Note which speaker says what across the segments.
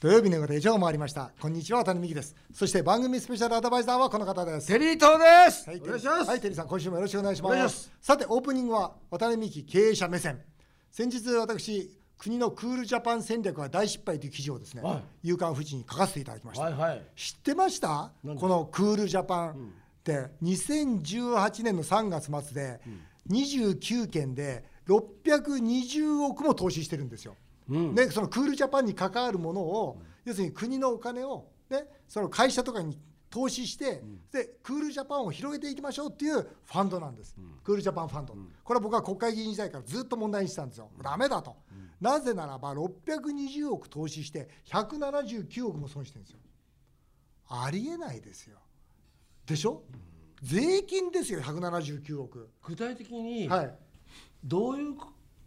Speaker 1: 土曜日の夜以上回りましたこんにちは渡辺美希ですそして番組スペシャルアドバイザーはこの方です
Speaker 2: テリー東です、
Speaker 1: はい、
Speaker 2: お願いします、
Speaker 1: はい、テリーさん、今週もよろしくお願いしま
Speaker 2: お
Speaker 1: す。
Speaker 2: 願いします
Speaker 1: さて、オープニングは渡辺美樹経営者目線。先日、私、国のクールジャパン戦略は大失敗という記事をですね、
Speaker 2: は
Speaker 1: 夕刊富士に書かせていただきました。
Speaker 2: はいはい
Speaker 1: 知ってました
Speaker 2: 何です
Speaker 1: このクールジャパンって、2018年の3月末で、29件で620億も投資してるんですよ。
Speaker 2: うん
Speaker 1: ね、そのクールジャパンに関わるものを、要するに国のお金を、ね、その会社とかに投資して、でクールジャパンを広げていきましょうっていうファンドなんです、クールジャパンファンド、これは僕は国会議員時代からずっと問題にしてたんですよ、だめだと、なぜならば620億投資して、179億も損してるんですよ、ありえないですよ、でしょ、税金ですよ、179億。
Speaker 2: 具体的に
Speaker 1: はい
Speaker 2: どういう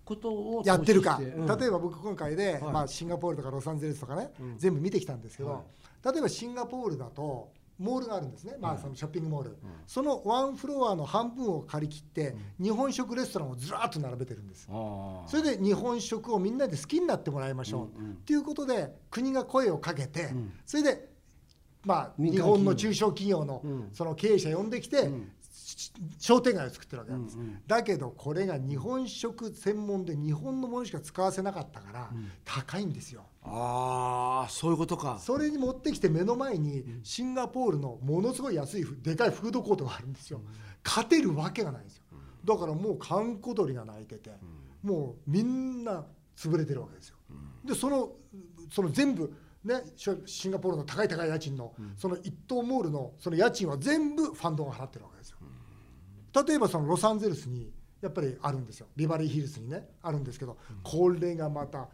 Speaker 2: ことを
Speaker 1: やってるか、例え
Speaker 2: ば
Speaker 1: ば僕今回で、
Speaker 2: はい
Speaker 1: まあ、シンガポールとかロサンゼルスとかね、
Speaker 2: うん
Speaker 1: 全部見てきたんですけど、
Speaker 2: は
Speaker 1: 例えばシンガポールだとモールがあるんですね、まあ、そのショッピングモール、そのワンフロアの半分を借り切って、日本食レストランをずらっと並べてるんです、
Speaker 2: あ
Speaker 1: それで日本食をみんなで好きになってもらいましょう、
Speaker 2: うんうん
Speaker 1: っていうことで国が声をかけて、
Speaker 2: ん
Speaker 1: それで、まあ、
Speaker 2: 民
Speaker 1: 日
Speaker 2: 間企業
Speaker 1: 本の中小企業の
Speaker 2: うん
Speaker 1: その経営者呼んできて、
Speaker 2: うん
Speaker 1: し商店街を作ってるわけなんです、
Speaker 2: うんうん
Speaker 1: だけどこれが日本食専門で日本のものしか使わせなかったから高いんですよ、
Speaker 2: あーそういうことか
Speaker 1: それに持ってきて目の前にシンガポールのものすごい安いふでかいフードコートがあるんですよ勝てるわけがないんですよだからもう閑古鳥が鳴いててもうみんな潰れてるわけですよでそのその全部ねショシンガポールの高い高い家賃のその一等モールのその家賃は全部ファンドが払ってるわけですよ例えばそのロサンゼルスにやっぱりあるんですよビバリーヒルズにねあるんですけどこれがまた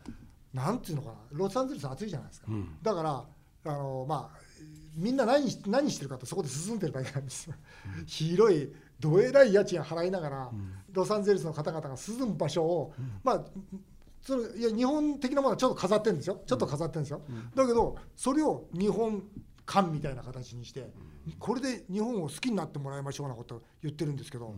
Speaker 1: なんていうのかなロサンゼルス暑いじゃないですか、だからあのまあみんな何し何してるかってそこで進んでるだけなんですよ、 広いどえらい家賃払いながら、ロサンゼルスの方々が涼む場所を、まあそのいや日本的なものはちょっと飾ってるんですよちょっと飾ってるんですよ、だけどそれを日本館みたいな形にして、これで日本を好きになってもらいましょうなことを言ってるんですけど、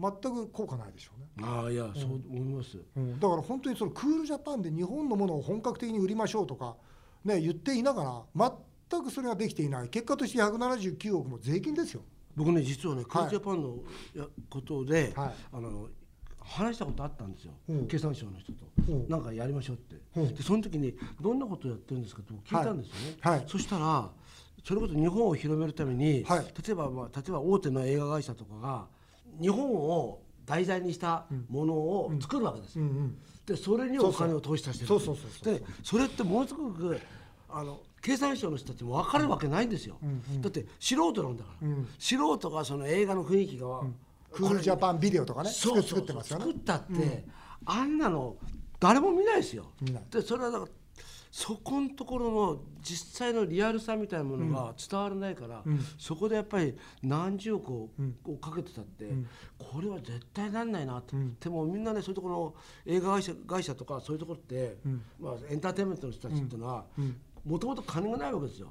Speaker 1: 全く効果ないでしょうね、
Speaker 2: ああいやそう思います、
Speaker 1: うんだから本当にそのクールジャパンで日本のものを本格的に売りましょうとか、ね、言っていながら全くそれができていない結果として179億も税金ですよ。
Speaker 2: 僕ね実はねクールジャパンのやことで、
Speaker 1: はい
Speaker 2: あの話したことあったんですよ、
Speaker 1: うん
Speaker 2: 経産省の人と、
Speaker 1: うん
Speaker 2: なんかやりましょうって、
Speaker 1: うん
Speaker 2: でその時にどんなことをやってるんですかと聞いたんですよね、
Speaker 1: はいはい
Speaker 2: そしたらそれこそ日本を広めるために、
Speaker 1: はい
Speaker 2: 例えば、まあ、例えば大手の映画会社とかが日本を題材にしたものを作るわけですよ、
Speaker 1: うんうん
Speaker 2: でそれにお金を投資させてる
Speaker 1: そうそうそうそう
Speaker 2: でそれってものすごくあの経産省の人たちも分かるわけないんですよ、だって素人なんだから、素人がその映画の雰囲気が、
Speaker 1: クールジャパンビデオとかね
Speaker 2: そう
Speaker 1: 作ってますよね
Speaker 2: 作ったって、あんなの誰も見ないですよ
Speaker 1: 見ない
Speaker 2: でそれはだからそこのところの実際のリアルさみたいなものが伝わらないから、そこでやっぱり何十億を,、かけてたって、これは絶対なんないなと、でもみんなねそういうところの映画会社会社とかそういうところって、まあ、エンターテインメントの人たちっていうのは、もともと金がないわけですよ、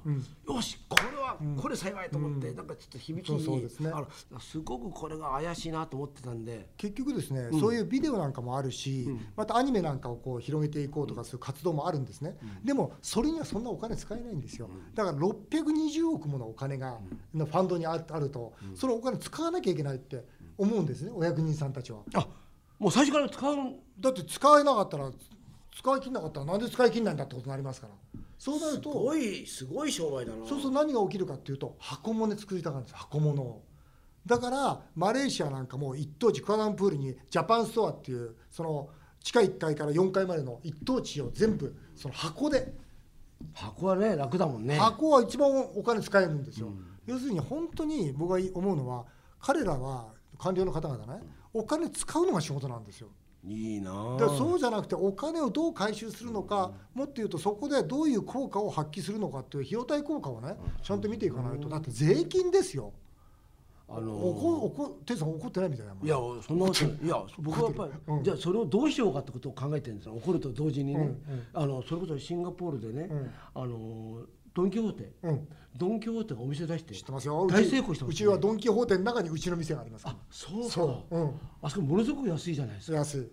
Speaker 2: よしこれは、これ幸いと思って、なんかちょっと響きに
Speaker 1: そうそうですね
Speaker 2: あのすごくこれが怪しいなと思ってたんで
Speaker 1: 結局ですね、そういうビデオなんかもあるし、またアニメなんかをこう広げていこうとかそういう活動もあるんですね、でもそれにはそんなお金使えないんですよ、だから620億ものお金が、のファンドにああると、そのお金使わなきゃいけないって思うんですねお役人さんたちは。
Speaker 2: あもう最初から使うん
Speaker 1: だって使えなかったら使い切んなかったらなんで使い切んないんだってことになりますからそうなると
Speaker 2: いすごい商売だな
Speaker 1: そうすると何が起きるかっていうと箱もね作りたがるんです箱物をだからマレーシアなんかも一等地クアランプールにジャパンストアっていうその地下1階から4階までの一等地を全部その箱で
Speaker 2: 箱はね楽だもんね
Speaker 1: 箱は一番お金使えるんですよ、要するに本当に僕が思うのは彼らは官僚の方々ねお金使うのが仕事なんですよ
Speaker 2: いいなあ
Speaker 1: だからそうじゃなくてお金をどう回収するのか、もっと言うとそこでどういう効果を発揮するのかっていう費用対効果をねちゃんと見ていかないとだって税金ですよ、
Speaker 2: あの
Speaker 1: おこおこてさん怒ってないみたいなもん
Speaker 2: いやそんなことないいや僕はやっぱり、じゃあそれをどうしようかってことを考えてるんですよ怒ると同時にね、あのそれこそシンガポールでね、あのドン・キホーテ、
Speaker 1: うん
Speaker 2: ドン・キホーテがお店出して
Speaker 1: 知ってますようち
Speaker 2: 大成功してます
Speaker 1: うちはドン・キホーテの中にうちの店がありますから
Speaker 2: そうか
Speaker 1: そううん
Speaker 2: あそこものすごく安いじゃないですか
Speaker 1: それ安い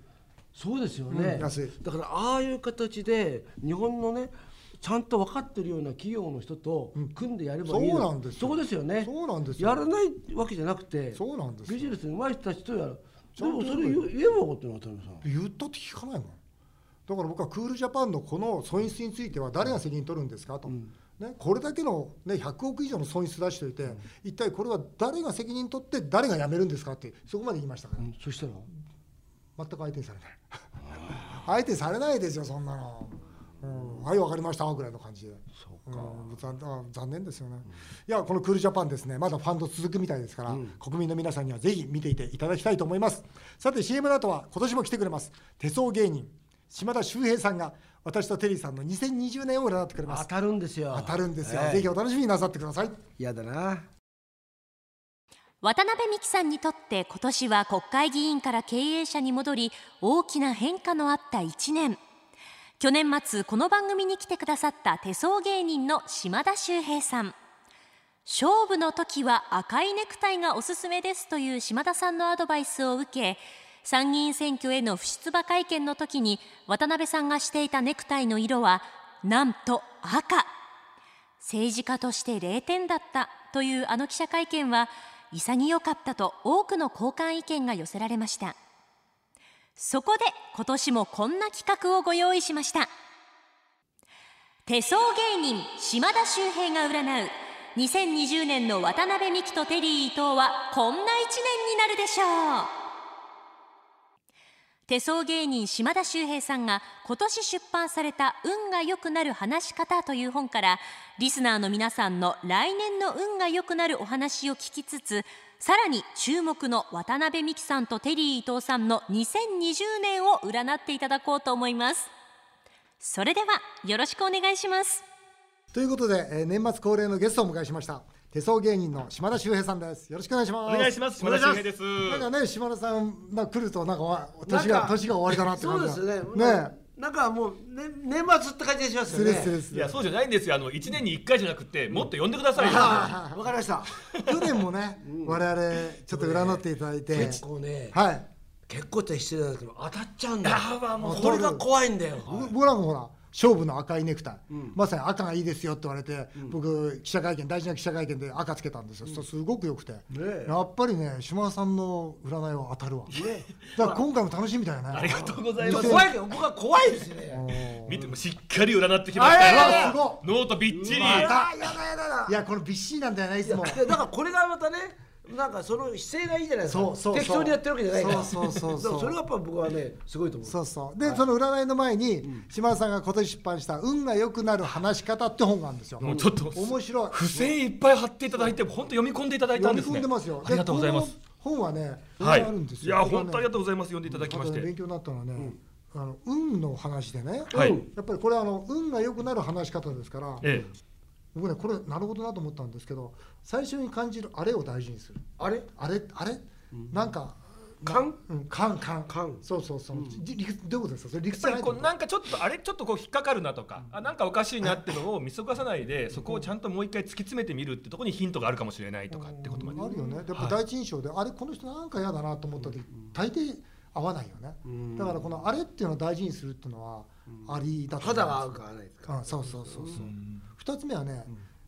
Speaker 2: そうですよね、
Speaker 1: うん安い
Speaker 2: だからああいう形で日本のねちゃんと分かってるような企業の人と組んでやればいいの、
Speaker 1: そうなんですよ
Speaker 2: そこですよね
Speaker 1: そうなんですよ
Speaker 2: やらないわけじゃなくて
Speaker 1: そうなんですよ
Speaker 2: ビジネスの上手い人たちとやる
Speaker 1: ち
Speaker 2: で
Speaker 1: ゃん
Speaker 2: も
Speaker 1: と
Speaker 2: それ言えばよかったな渡辺さん
Speaker 1: 言ったって聞かないもんだから僕はクールジャパンのこの損失については誰が責任取るんですかと、ね、これだけの、ね、100億以上の損失出しておいて、一体これは誰が責任取って誰が辞めるんですかってそこまで言いましたから、
Speaker 2: うんそしたら
Speaker 1: 全く相手にされない 相手にされないですよそんなの、うん、はい分かりましたぐらいの感じで
Speaker 2: そうか
Speaker 1: うん残あ残念ですよね、いやこのクールジャパンですねまだファンド続くみたいですから、国民の皆さんにはぜひ見ていていただきたいと思いますさて CM の後は今年も来てくれます手相芸人島田秀平さんが私とテリーさんの2020年を占ってくれま
Speaker 2: 当
Speaker 1: す
Speaker 2: たるんですよ
Speaker 1: 当たるんですよ、
Speaker 2: ええ
Speaker 1: ぜひお楽しみになさってください
Speaker 2: 嫌だな
Speaker 3: 渡辺美樹さんにとって今年は国会議員から経営者に戻り大きな変化のあった1年去年末この番組に来てくださった手相芸人の島田秀平さん勝負の時は赤いネクタイがおすすめですという島田さんのアドバイスを受け参議院選挙への不出馬会見の時に渡辺さんがしていたネクタイの色はなんと赤政治家として0点だったというあの記者会見は潔かったと多くの交換意見が寄せられましたそこで今年もこんな企画をご用意しました手相芸人島田秀平が占う2020年の渡辺美樹とテリー伊藤はこんな1年になるでしょう手相芸人島田秀平さんが今年出版された「運が良くなる話し方」という本からリスナーの皆さんの来年の運が良くなるお話を聞きつつさらに注目の渡辺美樹さんとテリー伊藤さんの2020年を占っていただこうと思いますそれではよろしくお願いします
Speaker 1: ということで、えー年末恒例のゲストをお迎えしました手相芸人の島田秀平さんですよろしくお願いします
Speaker 4: お願いします。島田秀平です。
Speaker 1: なんかね島田さんが来るとなんかわ年
Speaker 2: な
Speaker 1: が
Speaker 2: んか
Speaker 1: 年が終わりだなって
Speaker 2: そう
Speaker 1: 感
Speaker 2: で
Speaker 1: じ
Speaker 2: すね
Speaker 1: ね
Speaker 2: なんかもう、ね、年末って感じがします
Speaker 1: す
Speaker 2: よ
Speaker 1: れ
Speaker 2: ね
Speaker 1: すれす
Speaker 4: い
Speaker 1: れ
Speaker 4: やそうじゃないんですよ。あの一年に一回じゃなくて、もっと呼んでくださいよ。
Speaker 2: あわかりました
Speaker 1: 去年もね、我々ちょっと占っていただいて、
Speaker 2: 結構ね、
Speaker 1: はい、
Speaker 2: 結構って失礼なんですけど当たっちゃうんだよ
Speaker 4: あも
Speaker 2: これが怖いんだよ
Speaker 1: 僕僕らもほら勝負の赤いネクタイ、まさに赤がいいですよって言われて、僕記者会見大事な記者会見で赤つけたんですよ、そしたらすごく良くて、
Speaker 2: え
Speaker 1: やっぱりね島田さんの占いは当たるわ、だから今回も楽しみだよね
Speaker 4: ありがとうござい
Speaker 2: ちょ
Speaker 4: ま
Speaker 2: っ
Speaker 4: す
Speaker 2: と。怖いけど僕は怖いですね
Speaker 4: 見てもしっかり占ってきました
Speaker 1: あいやいやいやす
Speaker 4: よ
Speaker 1: ご。
Speaker 4: ノートびっちり。
Speaker 2: やだやだやだ
Speaker 1: いやこれびっしりなんだよねいつも
Speaker 2: いやだからこれがまたねなんかその姿勢がいいじゃないですか
Speaker 1: そうそうそう
Speaker 2: 適当にやってるわけじゃないから
Speaker 1: そうそうそうそう
Speaker 2: だからそれがやっぱ僕はねすごいと思う
Speaker 1: そうそうで、その占いの前に、島田さんが今年出版した「運が良くなる話し方」って本があるんですよ、
Speaker 4: もうちょっと
Speaker 1: 面白い
Speaker 4: 付箋いっぱい貼っていただいて、本当読み込んでいただいたん
Speaker 1: 読
Speaker 4: で
Speaker 1: み
Speaker 4: すね。
Speaker 1: 込んでますよ
Speaker 4: ありがとうございます
Speaker 1: で。この本はね、
Speaker 4: はい
Speaker 1: あるんで。す
Speaker 4: い
Speaker 1: よ
Speaker 4: や
Speaker 1: これは
Speaker 4: 本
Speaker 1: ね
Speaker 4: 当ありがとうございます。読んでいただきまし
Speaker 1: あとね
Speaker 4: て
Speaker 1: 勉。強になったのはね、あの運の話でね、
Speaker 4: はい
Speaker 1: うんやっぱりこれあの運が良くなる話し方ですから、
Speaker 4: え
Speaker 1: 僕ねこれなるほどなと思ったんですけど最初に感じるあれを大事にする
Speaker 2: あれ
Speaker 1: あれあれ、なんか
Speaker 2: 勘
Speaker 1: うん勘勘
Speaker 2: 勘
Speaker 1: そうそうそう、じ理屈どういうことですかそれ理屈
Speaker 4: え。
Speaker 1: じゃ
Speaker 4: やっぱ
Speaker 1: な
Speaker 4: り
Speaker 1: い
Speaker 4: こうなんかちょっとあれちょっとこう引っかかるなとか、あなんかおかしいなってのを見過ごさないで、そこをちゃんともう一回突き詰めてみるってところにヒントがあるかもしれないとかってことまで。
Speaker 1: あるよねやっぱ第一印象で、あれこの人なんか嫌だなと思った時、大抵合わないよね、だからこのあれっていうのを大事にするっていうのはありだと思います
Speaker 2: 肌が合うか合わないか
Speaker 1: あそうそうそうそう、二つ目はね、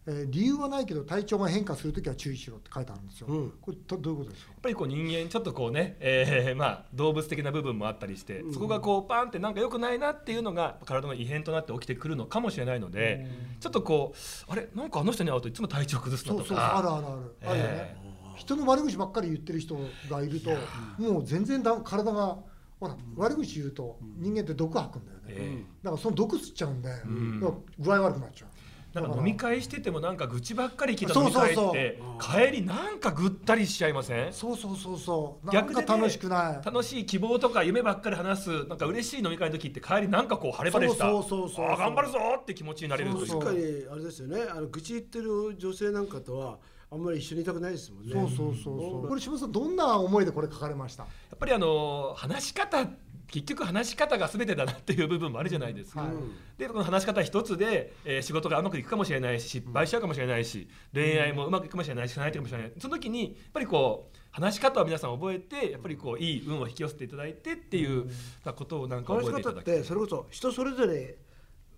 Speaker 1: えー理由はないけど体調が変化するときは注意しろって書いてあるんですよ、
Speaker 2: うん
Speaker 1: これどどういうことですか
Speaker 4: やっぱりこう人間ちょっとこうね、えーま あ動物的な部分もあったりして、そこがこうパンってなんか良くないなっていうのが体の異変となって起きてくるのかもしれないので、ちょっとこうあれなんかあの人に会うといつも体調崩すな
Speaker 1: そう
Speaker 4: と
Speaker 1: そ
Speaker 4: か
Speaker 1: うそうあるあるある、あるよね
Speaker 4: え
Speaker 1: 人の悪口ばっかり言ってる人がいるともう全然だ体がほら、悪口言うと人間って毒吐くんだよね、
Speaker 4: ええ
Speaker 1: だからその毒吸っちゃうんで、
Speaker 4: ん
Speaker 1: だから具合悪くなっちゃう
Speaker 4: なんか飲み会しててもなんか愚痴ばっかり聞いた
Speaker 1: そう
Speaker 4: 飲み
Speaker 1: そう
Speaker 4: 会って
Speaker 1: そう
Speaker 4: 帰りなんかぐったりしちゃいません
Speaker 1: そうそうそうそうなん
Speaker 4: 逆
Speaker 1: か
Speaker 4: で、
Speaker 1: 楽しくない、
Speaker 4: 楽しい希望とか夢ばっかり話すなんか嬉しい飲み会の時って帰りなんかこう晴れ晴れした
Speaker 1: そうそうそうそう
Speaker 4: あー頑張るぞーって気持ちになれるという
Speaker 1: そう
Speaker 2: 確かにあれですよねあの愚痴言ってる女性なんかとはあんまり一緒にいたくないですもんね
Speaker 1: そうそうそうそうこれ島田さんどんな思いでこれ書かれました
Speaker 4: やっぱりあの話し方結局話し方が全てだなっていう部分もあるじゃないですか、
Speaker 1: はい
Speaker 4: でこの話し方一つで、えー仕事がうまくいくかもしれないし失敗しちゃうかもしれないし、恋愛もうまくいくかもしれないしないかもしれないその時にやっぱりこう話し方を皆さん覚えてやっぱりこういい運を引き寄せていただいてっていう、なことをなんか
Speaker 2: 話し
Speaker 4: 覚えてい
Speaker 2: 方
Speaker 4: た
Speaker 2: っ
Speaker 4: だきたい
Speaker 2: てそれこそ人それぞれ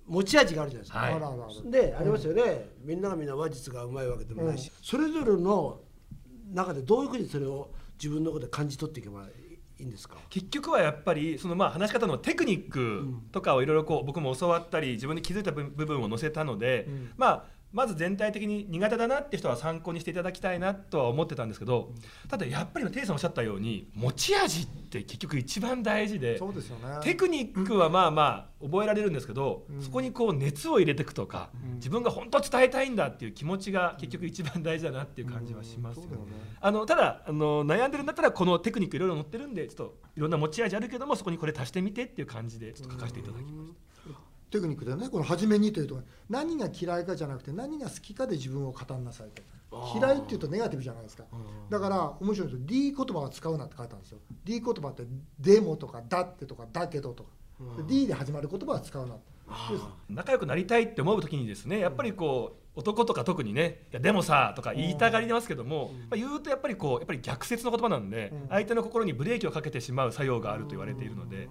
Speaker 2: 持ち味があるじゃないですか、
Speaker 4: はい
Speaker 1: あらあらあら
Speaker 2: でありますよね、みんながみんな話術がうまいわけでもないし、それぞれの中でどういうふうにそれを自分のことで感じ取っていけばいいんですか
Speaker 4: 結局はやっぱりそのまあ話し方のテクニックとかをいろいろこう僕も教わったり自分で気づいた部部分を載せたので、
Speaker 1: うん
Speaker 4: まあまず全体的に苦手だなって人は参考にしていただきたいなとは思ってたんですけどただやっぱりテイさんおっしゃったように持ち味って結局一番大事で
Speaker 1: そうですよね。
Speaker 4: テクニックはまあまあ覚えられるんですけど、
Speaker 1: うん
Speaker 4: そこにこう熱を入れていくとか、自分が本当は伝えたいんだっていう気持ちが結局一番大事だなっていう感じはしますよね。
Speaker 1: うんそうだよね
Speaker 4: あのただあの悩んでるんだったらこのテクニックいろいろ載ってるんでちょっといろんな持ち味あるけどもそこにこれ足してみてっていう感じでちょっと書かせていただきまし
Speaker 1: テクニックでねこの初めにというところ何が嫌いかじゃなくて何が好きかで自分を語んなさいと
Speaker 2: あー
Speaker 1: 嫌いっていうとネガティブじゃないですか
Speaker 2: ん
Speaker 1: だから面白いんですよ D 言葉は使うなって書いたんですよ D 言葉って「でも」とか「だって」とか「だけど」とかで D で始まる言葉は使うなってで
Speaker 4: た仲良くなりたいって思う時にですねやっぱりこう男とか特にね「いやでもさ」とか言いたがりますけども、まあ、言うとやっぱりこうやっぱり逆説の言葉なんで、
Speaker 1: うん
Speaker 4: 相手の心にブレーキをかけてしまう作用があると言われているので。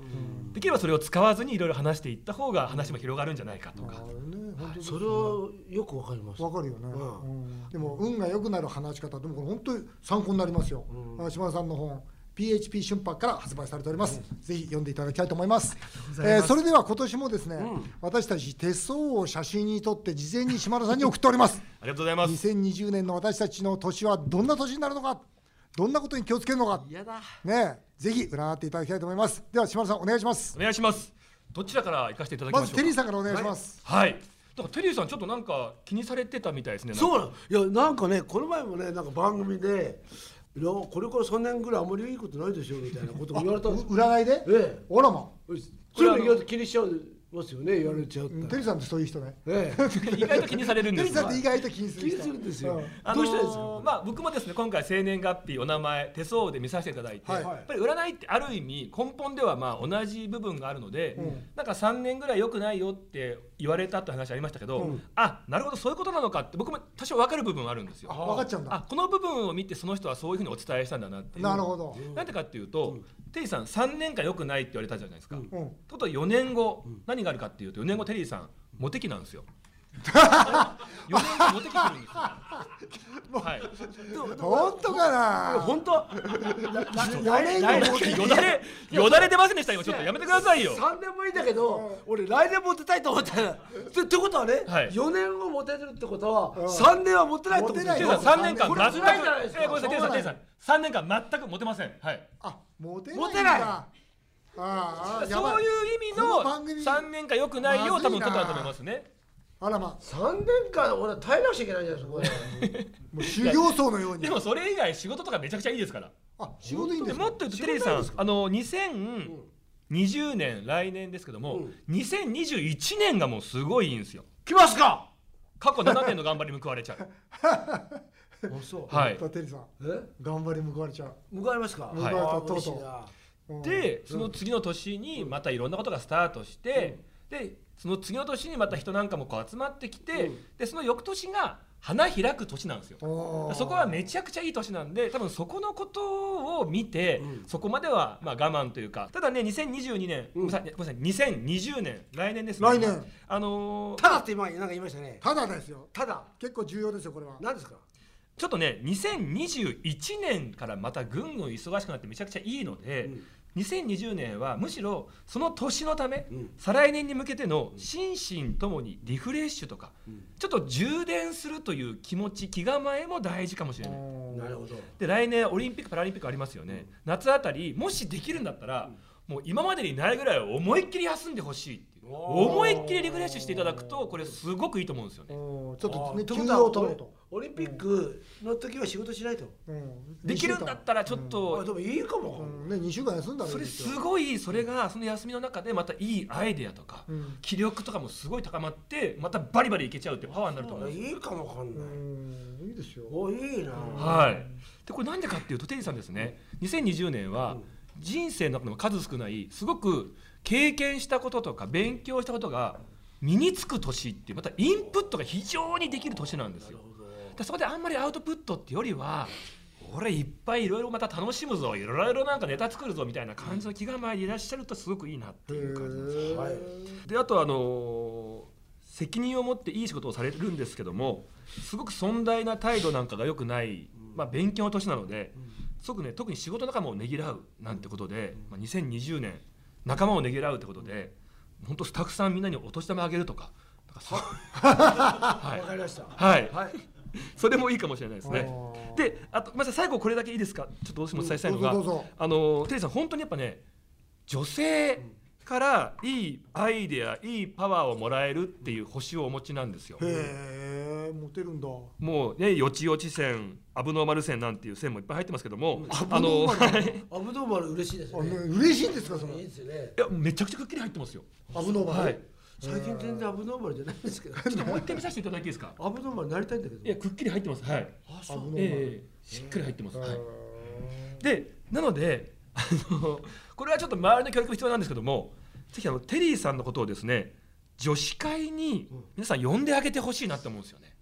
Speaker 4: できればそれを使わずにいろいろ話していった方が話も広がるんじゃないかと
Speaker 1: なる
Speaker 4: か
Speaker 1: ほどね本当に
Speaker 2: それをよくわかります
Speaker 1: わかるよね、
Speaker 2: う
Speaker 1: うんでも運が良くなる話し方でもこれ本当に参考になりますよ、
Speaker 2: うん
Speaker 1: あ島田さんの本 PHP 春白から発売されております、ぜひ読んでいただきたいと思いますえーそれでは今年もですね、私たち手相を写真に撮って事前に島田さんに送っております
Speaker 4: ありがとうございます
Speaker 1: 2020年の私たちの年はどんな年になるのかどんなことに気をつけるのか
Speaker 2: 嫌だ
Speaker 1: ねえぜひ占っていただきたいと思いますでは島田さんお願いします
Speaker 4: お願いしますどちらから行かせていただき
Speaker 1: ま
Speaker 4: まし
Speaker 1: ず
Speaker 4: ょうか
Speaker 1: テリーさんからお願いします、
Speaker 4: はいだからテリーさんちょっとなんか気にされてたみたいですね
Speaker 2: そううなのいやなんかねこの前もねなんか番組で「いやこれから3年ぐらいあんまりいいことないでしょ」みたいなことを言われたん
Speaker 1: う
Speaker 2: です よ。
Speaker 1: 占いで、
Speaker 2: え
Speaker 1: おらま
Speaker 2: え、そういうの言われて気にしちゃいますよね言われちゃうっ
Speaker 1: うん
Speaker 2: て
Speaker 1: テリーさんってそういう人ね
Speaker 2: ええ
Speaker 4: 意外と気にされるん
Speaker 1: テ
Speaker 4: で
Speaker 1: リ
Speaker 4: す
Speaker 1: ーさんって意外と気にす
Speaker 2: 気
Speaker 1: る
Speaker 2: に
Speaker 1: 人
Speaker 2: するんです
Speaker 1: う
Speaker 2: よ
Speaker 1: ん。
Speaker 4: あ
Speaker 2: ど
Speaker 4: の
Speaker 2: うし
Speaker 4: ー
Speaker 2: たらいいですか
Speaker 4: まあ僕もですね今回生年月日お名前手相で見させていただいて、
Speaker 1: はい
Speaker 4: やっぱり占いってある意味根本ではまあ同じ部分があるので、
Speaker 1: うん
Speaker 4: なんか3年ぐらい良くないよって言われたって話ありましたけど、あなるほどそういうことなのかって僕も多少分かる部分あるんですよ
Speaker 1: あ分かっちゃうんだ
Speaker 4: あこの部分を見てその人はそういうふうにお伝えしたんだなっていう
Speaker 1: なるほど、
Speaker 4: なんでかっていうと、テリーさん3年間良くないって言われたじゃないですか、って
Speaker 1: うん、
Speaker 4: ことは4年後、何があるかっていうと4年後テリーさんモテ期なんですよ4年後モテ期来るんですよはい
Speaker 1: 本当かな
Speaker 2: 本当
Speaker 1: 4
Speaker 4: 大
Speaker 1: 年後
Speaker 4: 好
Speaker 1: モテ
Speaker 4: き
Speaker 1: 期
Speaker 4: よだれよだれ出ませんでした今ちょっとやめてくださいよ
Speaker 2: 3年もいいんだけど俺来年モテたいと思ったらってってことはね、
Speaker 4: はい
Speaker 2: 4年後モテるってことは3年はモテないってことです
Speaker 1: モテ
Speaker 4: テリー
Speaker 1: ない
Speaker 4: さん3年間
Speaker 2: これ
Speaker 4: 全く
Speaker 2: 辛いじゃないですか
Speaker 4: えーごめんなさいテリーさんテリーさん三年間全くモテませんはい
Speaker 1: あモテない
Speaker 2: モテ
Speaker 1: ん
Speaker 2: ない
Speaker 1: だああや
Speaker 4: そ
Speaker 1: ば
Speaker 4: う
Speaker 1: い
Speaker 4: いう意味
Speaker 1: この番
Speaker 4: の
Speaker 1: 組
Speaker 4: 3年間良くないよを多分
Speaker 1: ま
Speaker 4: 取
Speaker 1: ずいな
Speaker 4: ったと思いますね
Speaker 1: あらま
Speaker 2: 3年間俺は耐えなくちゃいけないじゃないですかこれ
Speaker 1: もう修行僧のように
Speaker 4: でもそれ以外仕事とかめちゃくちゃいいですから
Speaker 1: あ仕事いいんで
Speaker 4: ですも
Speaker 1: か
Speaker 4: っと言うとテリーさんあの2020年来年ですけども、2021年がもうすごいいいんですよ
Speaker 2: 来ますか
Speaker 4: 過去7年の頑張りに報われちゃう
Speaker 2: あそう
Speaker 4: は
Speaker 1: やっ
Speaker 4: い
Speaker 1: ぱテリーさん
Speaker 2: え
Speaker 1: 頑張り報われちゃう
Speaker 2: 向かいますか、
Speaker 1: 向かいます
Speaker 2: あ
Speaker 1: と
Speaker 2: ー
Speaker 1: うとう
Speaker 2: 嬉しいな
Speaker 1: うん
Speaker 4: でその次の年にまたいろんなことがスタートして、でその次の年にまた人なんかもこう集まってきて、
Speaker 2: うん
Speaker 4: でその翌年が花開く年なんですよ
Speaker 1: おー
Speaker 4: そこはめちゃくちゃいい年なんで多分そこのことを見て、
Speaker 2: うん
Speaker 4: そこまではまあ我慢というかただね2022年、
Speaker 2: うん
Speaker 4: ごめんなさいごめんなさい2020年来年です
Speaker 1: 来年
Speaker 4: あのー
Speaker 2: ただって今なんか言いましたね
Speaker 1: ただですよ
Speaker 2: ただ
Speaker 1: 結構重要ですよこれは
Speaker 2: 何ですか
Speaker 4: ちょっとね2021年からまたぐんぐん忙しくなってめちゃくちゃいいので、2020年はむしろその年のため、
Speaker 2: うん
Speaker 4: 再来年に向けての心身ともにリフレッシュとか、
Speaker 2: ん
Speaker 4: ちょっと充電するという気持ち気構えも大事かもしれない。
Speaker 2: なるほど
Speaker 4: で来年オリンピック・パラリンピックありますよね、夏あたりもしできるんだったら、もう今までにないぐらい思いっきり休んでほしいっていう
Speaker 2: おー
Speaker 4: 思いっきりリフレッシュしていただくとこれすごくいいと思うんですよね。
Speaker 1: おーちょっとね
Speaker 2: あー
Speaker 1: 休養を取ろうと
Speaker 2: オリンピックの時は仕事しないと、
Speaker 1: うん
Speaker 4: できるんだったらちょっと、
Speaker 2: あでもいいかも、
Speaker 1: うんね2週間休んだらい
Speaker 4: そ
Speaker 1: い
Speaker 4: れ
Speaker 1: です
Speaker 4: す
Speaker 1: よ
Speaker 4: ごいそれがその休みの中でまたいいアイデアとか、
Speaker 1: うん
Speaker 4: 気力とかもすごい高まってまたバリバリいけちゃうっていうパワーになると思う
Speaker 2: いいかもわかんない、
Speaker 1: うんいいですよ
Speaker 2: おいいな、
Speaker 4: はいでこれなんでかっていうとテリーさんですね2020年は人生の中でも数少ないすごく経験したこととか勉強したことが身につく年っていうまたインプットが非常にできる年なんですよ。だからそこであんまりアウトプットってよりはこれいっぱいいろいろまた楽しむぞいろいろなんかネタ作るぞみたいな感じの気構えでいらっしゃるとすごくいいなっていう感じなんですよ。
Speaker 1: はい
Speaker 4: であとあの責任を持っていい仕事をされるんですけどもすごく尊大な態度なんかが良くない、まあ、勉強の年なので、すごくね特に仕事仲間をねぎらうなんてことで、まあ、2020年仲間をねぎらうってことで本当スタッフさんみんなにお年玉あげるとかなんかそうはい
Speaker 2: わかりました。
Speaker 4: はい、
Speaker 2: はい。
Speaker 4: それもいいかもしれないですね
Speaker 1: あー。
Speaker 4: で、あと、まず最後これだけいいですか。ちょっとどうしてもお伝えしたいのが、
Speaker 1: どうぞどうぞ
Speaker 4: あの、テリーさん、本当にやっぱね、女性からいいアイデア、いいパワーをもらえるっていう星をお持ちなんですよ。
Speaker 1: へえモテるんだ
Speaker 4: もうね、よちよち線、アブノーマル線なんていう線もいっぱい入ってますけども、
Speaker 1: アブノーマル
Speaker 4: はいい
Speaker 2: アブドーマル嬉しいです
Speaker 1: あね
Speaker 2: ね。
Speaker 1: 嬉しいんですかその
Speaker 2: いいですよね。
Speaker 4: や、めちゃくちゃくっきり入ってますよ。
Speaker 1: アブノーマ
Speaker 4: は
Speaker 1: ル
Speaker 4: い
Speaker 2: 最近全然アブドーマルじゃないですけど。
Speaker 4: ちょっともう一回見させていただいていいですか。
Speaker 2: アブドーマルになりたいんだけ
Speaker 4: いや、
Speaker 2: ど。
Speaker 4: くっきり入ってます。はい。
Speaker 2: あ、
Speaker 1: ア
Speaker 2: そ
Speaker 1: ブノ
Speaker 2: う。
Speaker 1: ーマル
Speaker 4: ええしっかり入ってます。はい。
Speaker 1: へ
Speaker 4: でなので あのこれはちょっと周りの教育も必要なんですけどもぜひあのテリーさんのことをですね女子会に皆さん呼んであげてほしいなって思うんですよね。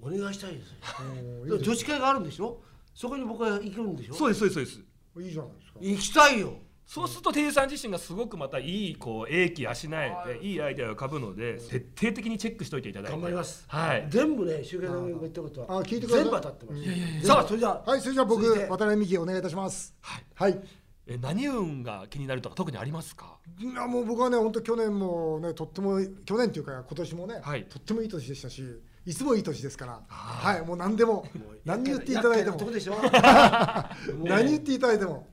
Speaker 2: お願いしたいですね。
Speaker 1: ーうんいいです
Speaker 2: 女子会があるんでしょそこに僕は行くんでしょ
Speaker 4: そうですそうですそうです。
Speaker 1: いいじゃないですか
Speaker 2: 行きたいよ。
Speaker 4: そうするとテリーさん自身がすごくまたいいこう英気養えていいアイデアを浮かぶので徹底的にチェックしておいていただいて。
Speaker 2: 頑張ります。
Speaker 4: はい。
Speaker 2: 全部ね、周平さんが言ったことは。
Speaker 1: あ聞いてください
Speaker 2: 全部当たってます。
Speaker 1: い
Speaker 2: さあ、それじゃあ。
Speaker 1: はいそれじゃあ僕
Speaker 2: 続いて
Speaker 1: 渡辺美希お願いいたしますはい
Speaker 4: え何運が気になるとか特にありますか。
Speaker 1: いやもう僕はね本当去年もねとっても去年というか今年もね、
Speaker 4: はい
Speaker 1: とってもいい年でしたしいつもいい年ですからはいもう何でも何言っていただいても
Speaker 2: どこでしょ
Speaker 1: 何言っていただいても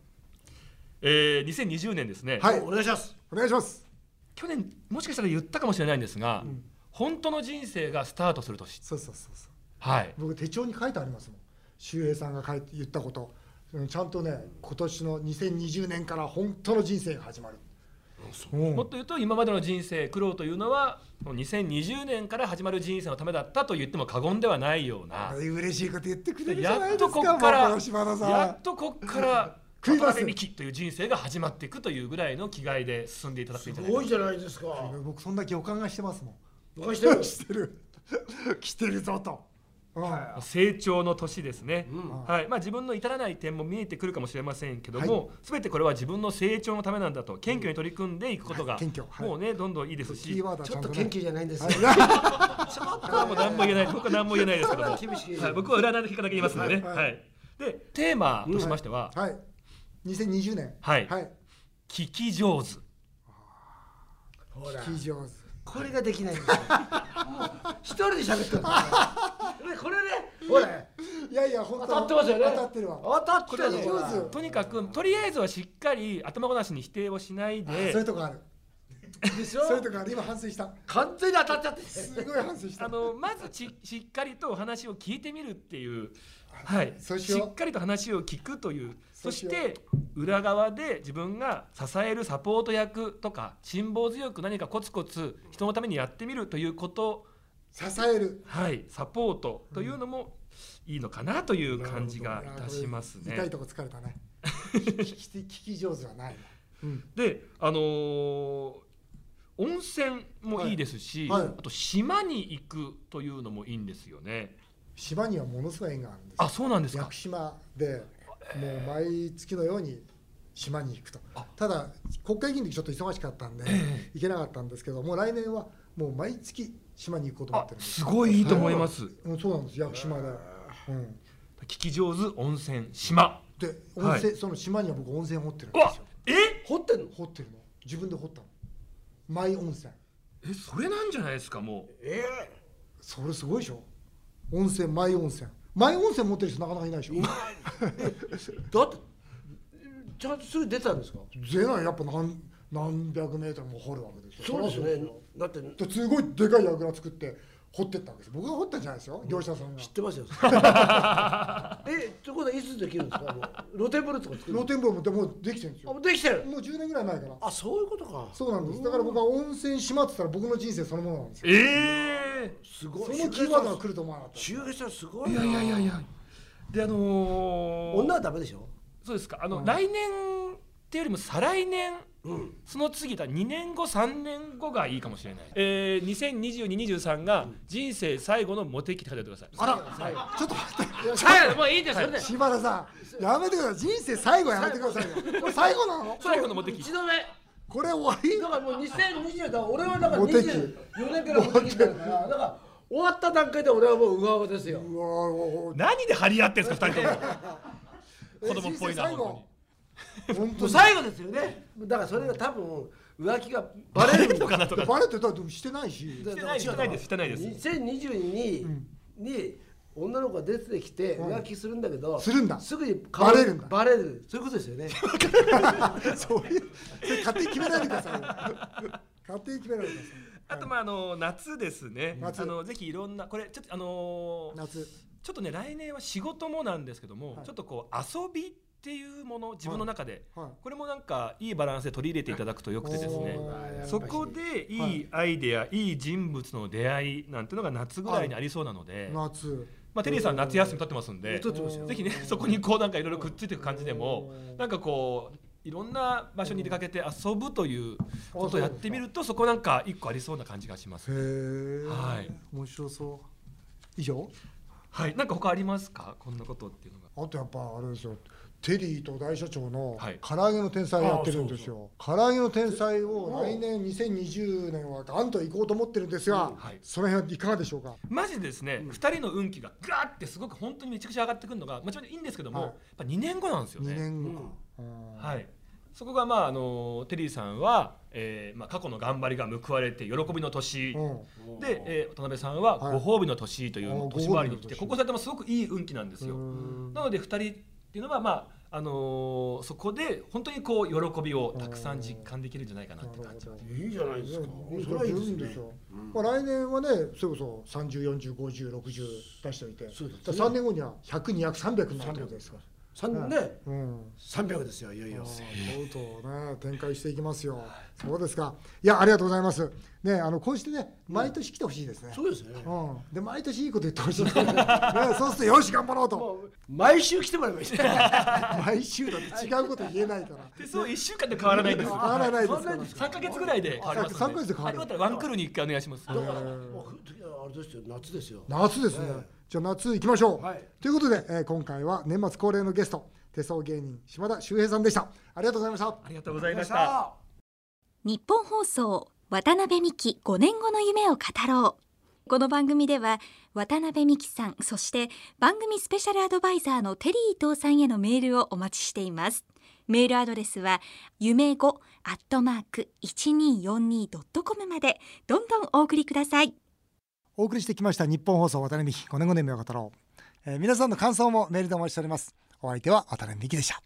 Speaker 4: えー、2020年ですね。
Speaker 1: はい
Speaker 2: お願いします。
Speaker 1: お願いします
Speaker 4: 去年もしかしたら言ったかもしれないんですが、本当の人生がスタートする年。
Speaker 1: そうそうそうそう
Speaker 4: はい。
Speaker 1: 僕手帳に書いてありますもん周平さんが書いて言ったことうんちゃんとね今年の2020年から本当の人生が始まるうん
Speaker 4: もっと言うと今までの人生苦労というのはこの2020年から始まる人生のためだったと言っても過言ではないような
Speaker 1: 嬉しいこと言ってくれるじゃな
Speaker 4: や
Speaker 1: い
Speaker 4: っ
Speaker 1: で
Speaker 4: と
Speaker 1: すか
Speaker 4: こっから
Speaker 1: もう島田さん
Speaker 4: やっとこっから
Speaker 1: 食います
Speaker 4: 渡辺美樹という人生が始まっていくというぐらいの気概で進んでいただくといいんじゃない
Speaker 2: 多
Speaker 4: か
Speaker 2: い
Speaker 4: な
Speaker 2: じゃないですか。
Speaker 1: 僕そんな予感がしてますもん。
Speaker 2: 任してる
Speaker 1: してる 来てるぞと、うん
Speaker 4: まあ成長の年ですね、
Speaker 2: ん
Speaker 4: はいまあ、自分の至らない点も見えてくるかもしれませんけども、全てこれは自分の成長のためなんだと謙虚に取り組んでいくことが、
Speaker 1: はい謙虚はい
Speaker 4: もうねどんどんいいです
Speaker 1: キ
Speaker 4: し
Speaker 1: ーワードは
Speaker 2: ち
Speaker 1: ち
Speaker 2: ょ
Speaker 1: ゃ
Speaker 2: っ
Speaker 1: ん
Speaker 2: と
Speaker 1: と、
Speaker 2: 謙
Speaker 1: ね、
Speaker 2: 虚じゃないんですよ。ちょっ
Speaker 4: 僕はもう何も言えない僕は何も言えないですけども
Speaker 2: 厳しい
Speaker 4: はい、僕は占いの結果だけ言いますのでね、
Speaker 1: は
Speaker 4: はいい
Speaker 1: はい
Speaker 4: でテーマとしましては、
Speaker 1: はい2020年
Speaker 4: はい
Speaker 1: はい、
Speaker 4: 聞き上手
Speaker 2: ほら
Speaker 1: 聞き上手
Speaker 2: これができないんですよ。もう一人で喋ってるんだよ。ねこれね、ほら、
Speaker 1: いやいや本
Speaker 2: 当
Speaker 1: 当
Speaker 2: たってますよね。
Speaker 1: 当たってるわ
Speaker 2: 当たっ
Speaker 1: こ
Speaker 2: てる
Speaker 1: れは上手
Speaker 2: よ。
Speaker 4: とにかくとりあえずはしっかり頭ごなしに否定をしないで
Speaker 1: そういうとこある
Speaker 2: でしょ
Speaker 1: そういうとこある今反省した
Speaker 2: 完全に当たっちゃってる。
Speaker 1: すごい反省した
Speaker 4: あのまずちしっかりとお話を聞いてみるっていう、はい、
Speaker 1: そうし
Speaker 4: し
Speaker 1: よう
Speaker 4: っかりと話を聞くという
Speaker 1: そ
Speaker 4: そう
Speaker 1: し
Speaker 4: し
Speaker 1: よう
Speaker 4: て裏側で自分が支えるサポート役とか辛抱強く何かコツコツ人のためにやってみるということ
Speaker 1: 支える
Speaker 4: はい、サポートというのもいいのかなという感じがいたしますね。
Speaker 1: 痛いとこ疲れたね聞き聞き上手はない
Speaker 4: で、あのー温泉もいいですし、
Speaker 1: はいはい
Speaker 4: あと島に行くというのもいいんですよね。
Speaker 1: 島にはものすごい縁があるんですよ
Speaker 4: あ、そうなんです
Speaker 1: 屋
Speaker 4: か
Speaker 1: 久。島でもう毎月のように島に行くとただ国会議員の時ちょっと忙しかったんで行けなかったんですけどもう来年はもう毎月島に行こうと思っ
Speaker 4: あ
Speaker 1: てるん、です
Speaker 4: すごいいいと思います。
Speaker 1: うん、そうなんです屋久島で、うん、
Speaker 4: 聞き上手温泉島。
Speaker 1: で温泉、その島には僕温泉掘ってるん
Speaker 4: う
Speaker 1: で
Speaker 4: わ
Speaker 1: すよ、
Speaker 4: え、
Speaker 2: 掘ってんの？
Speaker 1: 掘ってるの自分で掘ったのマイ温泉
Speaker 4: え、それなんじゃないですかもう。
Speaker 2: え
Speaker 1: それすごいでしょ温泉マイ温泉マイ温泉持ってる人なかなかいないでしょ
Speaker 2: えだってちゃんとすぐ出たんですか？
Speaker 1: 出ないやっぱ何何百メートルも掘るわけですよ
Speaker 2: そうです
Speaker 1: りゃ
Speaker 2: ね
Speaker 1: よ。
Speaker 2: だって知
Speaker 1: とすごいでかい櫓作って掘ってったんです僕が掘ったんじゃないですよ業者さんが
Speaker 2: ってますよ。え、ってことはいつできるんですか？もう露天風呂とか作る
Speaker 1: 露
Speaker 2: の？
Speaker 1: 天風呂もでもうできてるんです
Speaker 2: あ
Speaker 1: よ
Speaker 2: もうできてる。
Speaker 1: もう10年ぐらい前から
Speaker 2: あ、そういうことか。
Speaker 1: そうなんですだから僕は温泉島って言ったら僕の人生そのものなんですよ
Speaker 4: ええ
Speaker 2: すご
Speaker 1: そ
Speaker 2: い。
Speaker 1: のキーワードが来ると思わなかった
Speaker 2: 周平さんすごい
Speaker 4: い
Speaker 2: な。
Speaker 4: やいやいやいや。で、あのー
Speaker 2: 女はダメでしょ
Speaker 4: そうですか。あの、来年っていうよりも再来年その次だ2年後3年後がいいかもしれない、えー、202223が人生最後のモテ期って書いてください
Speaker 1: あら、ちょっと待って。
Speaker 2: はいもういいですそれで
Speaker 1: 柴田さん、やめてください。人生最後やめてくださいよ。これ最後なの？
Speaker 4: 最後のモテ期
Speaker 2: 一度目
Speaker 1: これ終わり？
Speaker 2: だからもう2020だから俺はだから
Speaker 1: モテ期
Speaker 2: 24年からモテ期だからだから終わった段階で俺はもううわうわですよ
Speaker 1: うわおー
Speaker 4: 何で張り合ってんすか2人と
Speaker 1: え
Speaker 4: も子供っぽ
Speaker 1: 人生
Speaker 4: いな
Speaker 1: 最
Speaker 4: 本
Speaker 1: 後本
Speaker 2: も
Speaker 1: 当
Speaker 2: う
Speaker 1: に。
Speaker 2: 最後ですよねだからそれが多分浮気がバ
Speaker 4: 当
Speaker 2: レ
Speaker 4: に
Speaker 2: る
Speaker 4: のかなとか
Speaker 1: バレてたってして ないし。
Speaker 2: だ
Speaker 4: してないしてないですしてないです
Speaker 2: 2022に,、に女の子が出てきて
Speaker 1: ん
Speaker 2: 浮気するんだけど、
Speaker 1: するんだ
Speaker 2: すぐに
Speaker 1: バレるんだ
Speaker 2: バレるそういうことですよね
Speaker 1: そういう、それ勝手に決めないでくだ さいよ。勝手に決めないでください。
Speaker 4: あとまああの夏ですね
Speaker 1: 夏
Speaker 4: あのぜひいろんなこれちょっとあのー
Speaker 1: 夏。
Speaker 4: ちょっとね来年は仕事もなんですけども、
Speaker 1: はい
Speaker 4: ちょっとこう遊びっていうもの自分の中で、
Speaker 1: はいはい
Speaker 4: これもなんかいいバランスで取り入れていただくとよくてですね
Speaker 1: おー
Speaker 4: そこでいいアイデア、い、い人物の出会いなんてのが夏ぐらいにありそうなので、
Speaker 1: 夏。
Speaker 4: まあ、テリーさん夏休み取ってますんで、
Speaker 2: 取ってますよ
Speaker 4: ぜひねそこにこうなんかいろいろくっついていく感じでもなんかこういろんな場所に出かけて遊ぶということをやってみるとそこなんか一個ありそうな感じがします
Speaker 1: へ。え。
Speaker 4: はい。
Speaker 1: 面白そう。以上。
Speaker 4: はい、なんか他ありますかこんなことっていうのが。
Speaker 1: あとやっぱあれですよ。テリーと大社長の
Speaker 4: はい
Speaker 1: 唐揚げの天才やってるんですよ。唐揚げの天才を来年2020年はガンと行こうと思ってるんですが
Speaker 4: はい、
Speaker 1: その辺いかがでしょうか。
Speaker 4: マジでですね、二人の運気がガーってすごく本当にめちゃくちゃ上がってくるのがもちろんいいんですけども、
Speaker 1: はい
Speaker 4: やっぱ2年後なんですよ
Speaker 1: 二
Speaker 4: ね。
Speaker 1: 年後か。うん
Speaker 4: はい、そこが、まああのテリーさんは、えーまあ、過去の頑張りが報われて喜びの年、
Speaker 1: うん。
Speaker 4: で、えー渡辺さんは
Speaker 1: はい
Speaker 4: ご褒美の年とい
Speaker 1: あー
Speaker 4: う年回りに
Speaker 1: ご褒美
Speaker 4: 来
Speaker 1: の
Speaker 4: て
Speaker 1: 年
Speaker 4: ここさんともすごくいい運気なんですよ。
Speaker 1: うん
Speaker 4: なので2人っていうのは、まああのーそこで本当にこう喜びをたくさん実感できるんじゃないかなって感じ。
Speaker 2: いいじゃないですかそれはいい
Speaker 1: い
Speaker 2: い
Speaker 1: で
Speaker 2: です
Speaker 1: す
Speaker 2: ね
Speaker 1: よ。まあ来年はね、それこそ30、40、50、60出しておいて、
Speaker 2: そうですね
Speaker 1: だから3年後には100、200、300になるってことですから。
Speaker 2: 三ね
Speaker 1: うん。
Speaker 2: 300ですよいよいよ
Speaker 1: とうとうね展開していきますよ。そうですか。いやありがとうございます。ねあのこうしてね毎年来てほしいですね。
Speaker 2: そうですね
Speaker 1: うん。で毎年いいこと言ってほしい。ね そうするとよし頑張ろうと。
Speaker 2: 毎週来てもらえばいいですね
Speaker 1: 毎週だ って違うこと言えないから。
Speaker 4: でそう1週間で変わらないんですよ。
Speaker 1: 変わらないですから。
Speaker 4: 3か月ぐらいで変わりますので。
Speaker 1: さ三ヶ月で変わる
Speaker 4: あよかったらワンクールに1回お願いします。
Speaker 2: だから もう次はあれですよ夏ですよ
Speaker 1: 夏ですね、
Speaker 2: え
Speaker 1: じゃあ夏行きましょう、
Speaker 2: はい
Speaker 1: ということで、えー今回は年末恒例のゲスト手相芸人島田秀平さんでしたありがとうございました
Speaker 4: ありがとうございました。
Speaker 3: 日本放送渡辺美希5年後の夢を語ろうこの番組では渡辺美希さんそして番組スペシャルアドバイザーのテリー伊藤さんへのメールをお待ちしていますメールアドレスは夢5アットマーク 1242.com までどんどんお送りください
Speaker 1: お送りしてきました日本放送渡辺美希5年後の夢を語ろう、えー皆さんの感想もメールでお待ちしておりますお相手は渡辺美希でした